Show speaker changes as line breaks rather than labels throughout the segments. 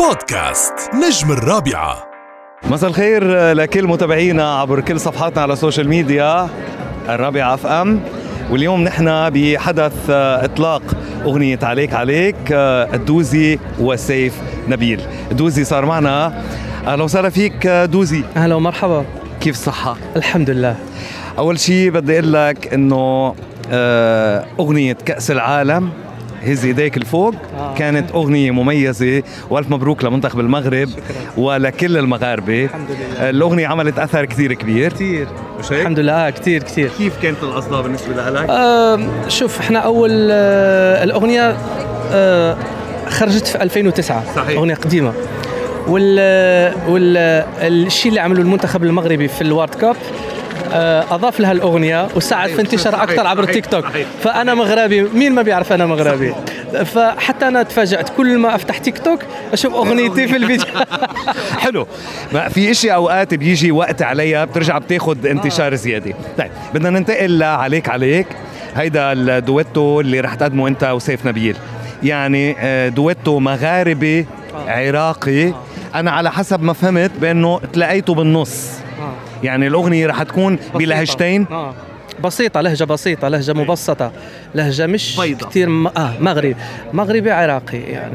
بودكاست نجم الرابعة
مساء الخير لكل متابعينا عبر كل صفحاتنا على السوشيال ميديا الرابعة اف ام واليوم نحن بحدث آه، اطلاق اغنية عليك عليك آه، الدوزي وسيف نبيل الدوزي صار معنا اهلا وسهلا فيك آه، دوزي
اهلا ومرحبا
كيف الصحة؟
الحمد لله
اول شيء بدي اقول لك انه آه، اغنية كأس العالم هز ايديك لفوق
آه.
كانت اغنيه مميزه والف مبروك لمنتخب المغرب ولكل المغاربه
الحمد لله.
الاغنيه عملت اثر كثير كبير
كثير
مش هيك؟
الحمد لله آه كثير كثير
كيف كانت القصده بالنسبه لك؟
آه شوف احنا اول آه الاغنيه آه خرجت في 2009
صحيح.
اغنيه قديمه وال وال الشيء اللي عمله المنتخب المغربي في الوارد كاب آه، اضاف لها الاغنيه وساعد في انتشار
صحيح،
اكثر عبر
صحيح،
التيك توك
صحيح.
فانا مغربي مين ما بيعرف انا مغربي فحتى انا تفاجات كل ما افتح تيك توك اشوف اغنيتي في الفيديو
حلو ما في اشي اوقات بيجي وقت عليها بترجع بتاخد انتشار زياده طيب بدنا ننتقل لعليك عليك هيدا الدويتو اللي رح تقدمه انت وسيف نبيل يعني آه، دويتو مغاربي عراقي انا على حسب ما فهمت بانه تلاقيته بالنص يعني الاغنيه رح تكون بلهجتين
آه. بسيطة لهجة بسيطة لهجة مبسطة لهجة مش
بيضة.
كثير م... اه مغربي مغربي عراقي يعني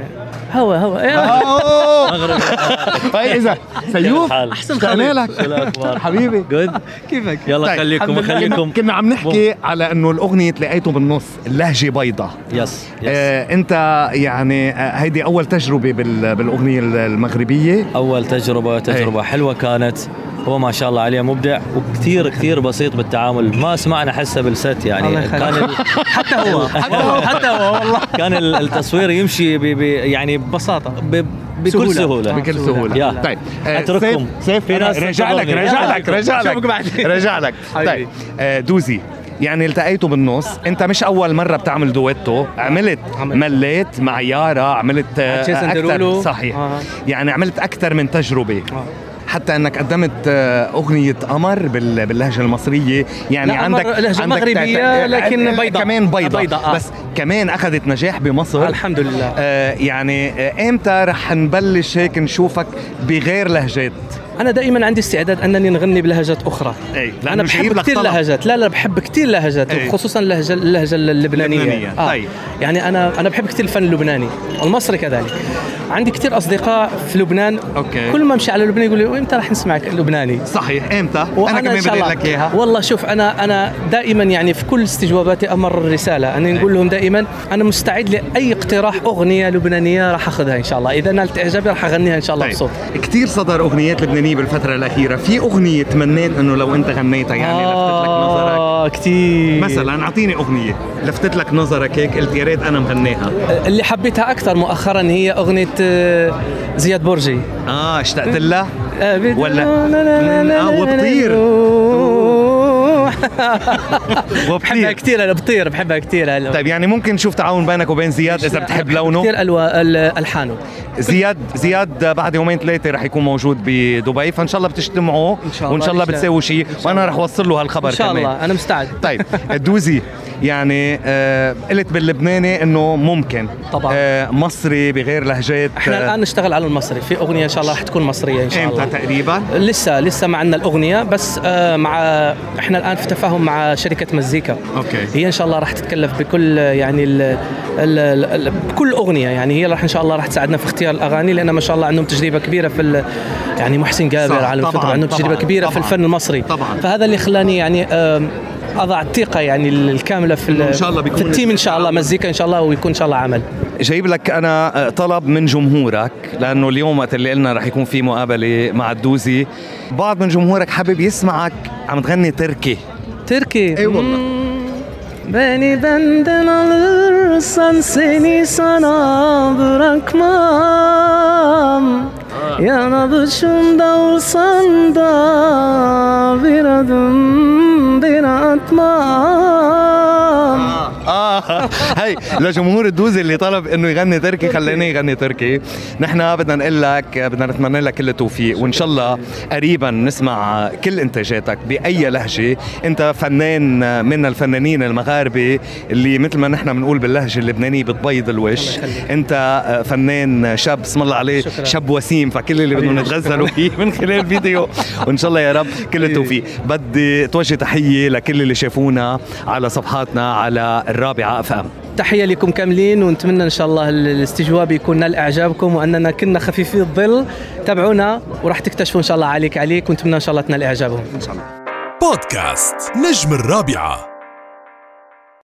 هوا هوا آه.
مغربي طيب اذا سيوف
احسن
اشتقنا لك حبيبي
جود
كيفك
يلا
طيب،
خليكم
الحمد لله.
خليكم
كنا عم نحكي على انه الاغنيه لقيته بالنص اللهجه بيضاء
يس
إيه.
يس
آه انت يعني آه، هيدي اول تجربه بال- بالاغنيه المغربيه
اول
إيه.
تجربه تجربه حلوه كانت هو ما شاء الله عليه مبدع وكثير كثير بسيط بالتعامل ما سمعنا حسه بالست
الله
يعني
يخليك.
كان ال...
حتى هو حتى هو حتى هو والله
كان ال- التصوير يمشي ب... ب... يعني
ببساطة
ب... بكل سهوله,
بكل سهوله
يا.
طيب آه،
أترككم.
سيف- سيف
في
أنا
ناس
رجع لك
تنتظرني.
رجع لك رجع
أشوفك
لك
بعدين.
رجع لك طيب
حبيبي.
آه، دوزي يعني التقيتوا بالنص انت مش اول مره بتعمل دويتو عملت
عملت.
مليت مع يارا عملت آه،
مع جيسون
اكثر
ديرولو.
صحيح
آه.
يعني عملت اكثر من تجربه
آه.
حتى انك قدمت آه، اغنيه قمر بال- باللهجه المصريه يعني
لا، قمر
عندك
لهجة
عندك تع-
مغربية، لكن بيضاء.
كمان بيضاء,
بيضاء، آه.
بس كمان اخذت نجاح بمصر
الحمد لله
آه، يعني آه، امتى رح نبلش هيك نشوفك بغير لهجات؟
انا دائما عندي استعداد انني نغني بلهجات اخرى
اي
انا بحب كثير لهجات لا لا بحب كثير لهجات
إيه.
وخصوصا اللهجه اللهجه اللبنانيه
اللبنانية، طيب.
يعني انا انا بحب كثير الفن اللبناني والمصري كذلك عندي كثير اصدقاء في لبنان
أوكي.
كل ما امشي على لبنان يقول لي امتى راح نسمعك لبناني
صحيح امتى؟
وأنا
انا كمان
إن شاء
بدي أقول
الله-
لك اياها
والله شوف انا انا دائما يعني في كل استجواباتي امر الرساله انا نقول لهم دائما انا مستعد لاي اقتراح اغنيه لبنانيه راح اخذها ان شاء الله اذا نالت اعجابي راح اغنيها ان شاء الله بصوت
كثير طيب. صدر اغنيات لبنانيه بالفتره الاخيره، في اغنيه تمنيت انه لو انت غنيتها يعني
آه.
لفتت لك نظرك
كثير
مثلا اعطيني اغنيه لفتت لك نظرك هيك قلت يا ريت انا مغنيها
اللي حبيتها اكثر مؤخرا هي اغنيه آه، زياد برجي
اه اشتقت لها
آه، بت-
ولا-
لا، لا، لا،
آه،
لا،
وبطير.
روح. بحبها
وبحبها
كثير انا بطير بحبها كثير
طيب يعني ممكن نشوف تعاون بينك وبين زياد اذا بتحب لونه
كثير الوا ال- الحانه
زياد زياد بعد يومين ثلاثه رح يكون موجود بدبي فان شاء الله بتجتمعوا
إن شاء الله،
وان شاء الله
إن شاء-
بتساوي شيء وانا رح اوصل له هالخبر
ان شاء
كمان
الله انا مستعد
طيب دوزي يعني آه قلت باللبناني انه ممكن
طبعاً.
آه مصري بغير لهجات آه،
احنا الان نشتغل على المصري في اغنيه ان شاء الله رح تكون مصريه ان شاء
امتى
الله
تقريبا؟
لسه لسه ما عندنا الاغنيه بس آه، مع احنا الان في تفاهم مع شركه مزيكا
أوكي.
هي ان شاء الله راح تتكلف بكل آه، يعني ال ال ال ال بكل اغنيه يعني هي راح ان شاء الله راح تساعدنا في اختيار الاغاني لان ما شاء الله عندهم تجربه كبيره في ال- يعني محسن جابر
صح،
على الفطره
طبعاً،
عندهم تجربه
طبعاً،
كبيره في
طبعاً.
الفن المصري
طبعاً.
فهذا اللي خلاني يعني آم، اضع الثقه يعني الكامله في ال-
إن شاء الله بيكون
في التيم ان شاء الله مزيكا ان شاء الله ويكون ان شاء الله عمل
جايب لك انا آه، طلب من جمهورك لانه اليوم وقت اللي قلنا رح يكون في مقابله مع الدوزي بعض من جمهورك حابب يسمعك عم تغني تركي
Türkiye.
Ey vallahi.
Beni benden alırsan seni sana bırakmam. Yana dışımda olsan da bir adım bir atmam.
اه حي آه. لجمهور الدوزي اللي طلب انه يغني تركي خليناه يغني تركي نحن بدنا نقول لك بدنا نتمنى لك كل التوفيق وان شاء الله قريبا نسمع كل انتاجاتك باي لهجه انت فنان من الفنانين المغاربه اللي مثل ما نحن بنقول باللهجه اللبنانيه بتبيض الوش انت فنان شاب اسم الله عليه
شكراً.
شاب وسيم فكل اللي بدهم نتغزلوا فيه من خلال فيديو وان شاء الله يا رب كل التوفيق بدي توجه تحيه لكل اللي شافونا على صفحاتنا على الرابعه اف ام
تحيه لكم كاملين ونتمنى ان شاء الله الاستجواب يكون نال اعجابكم واننا كنا خفيفي الظل تابعونا وراح تكتشفوا ان شاء الله عليك عليك ونتمنى ان شاء الله تنال اعجابهم
بودكاست نجم الرابعه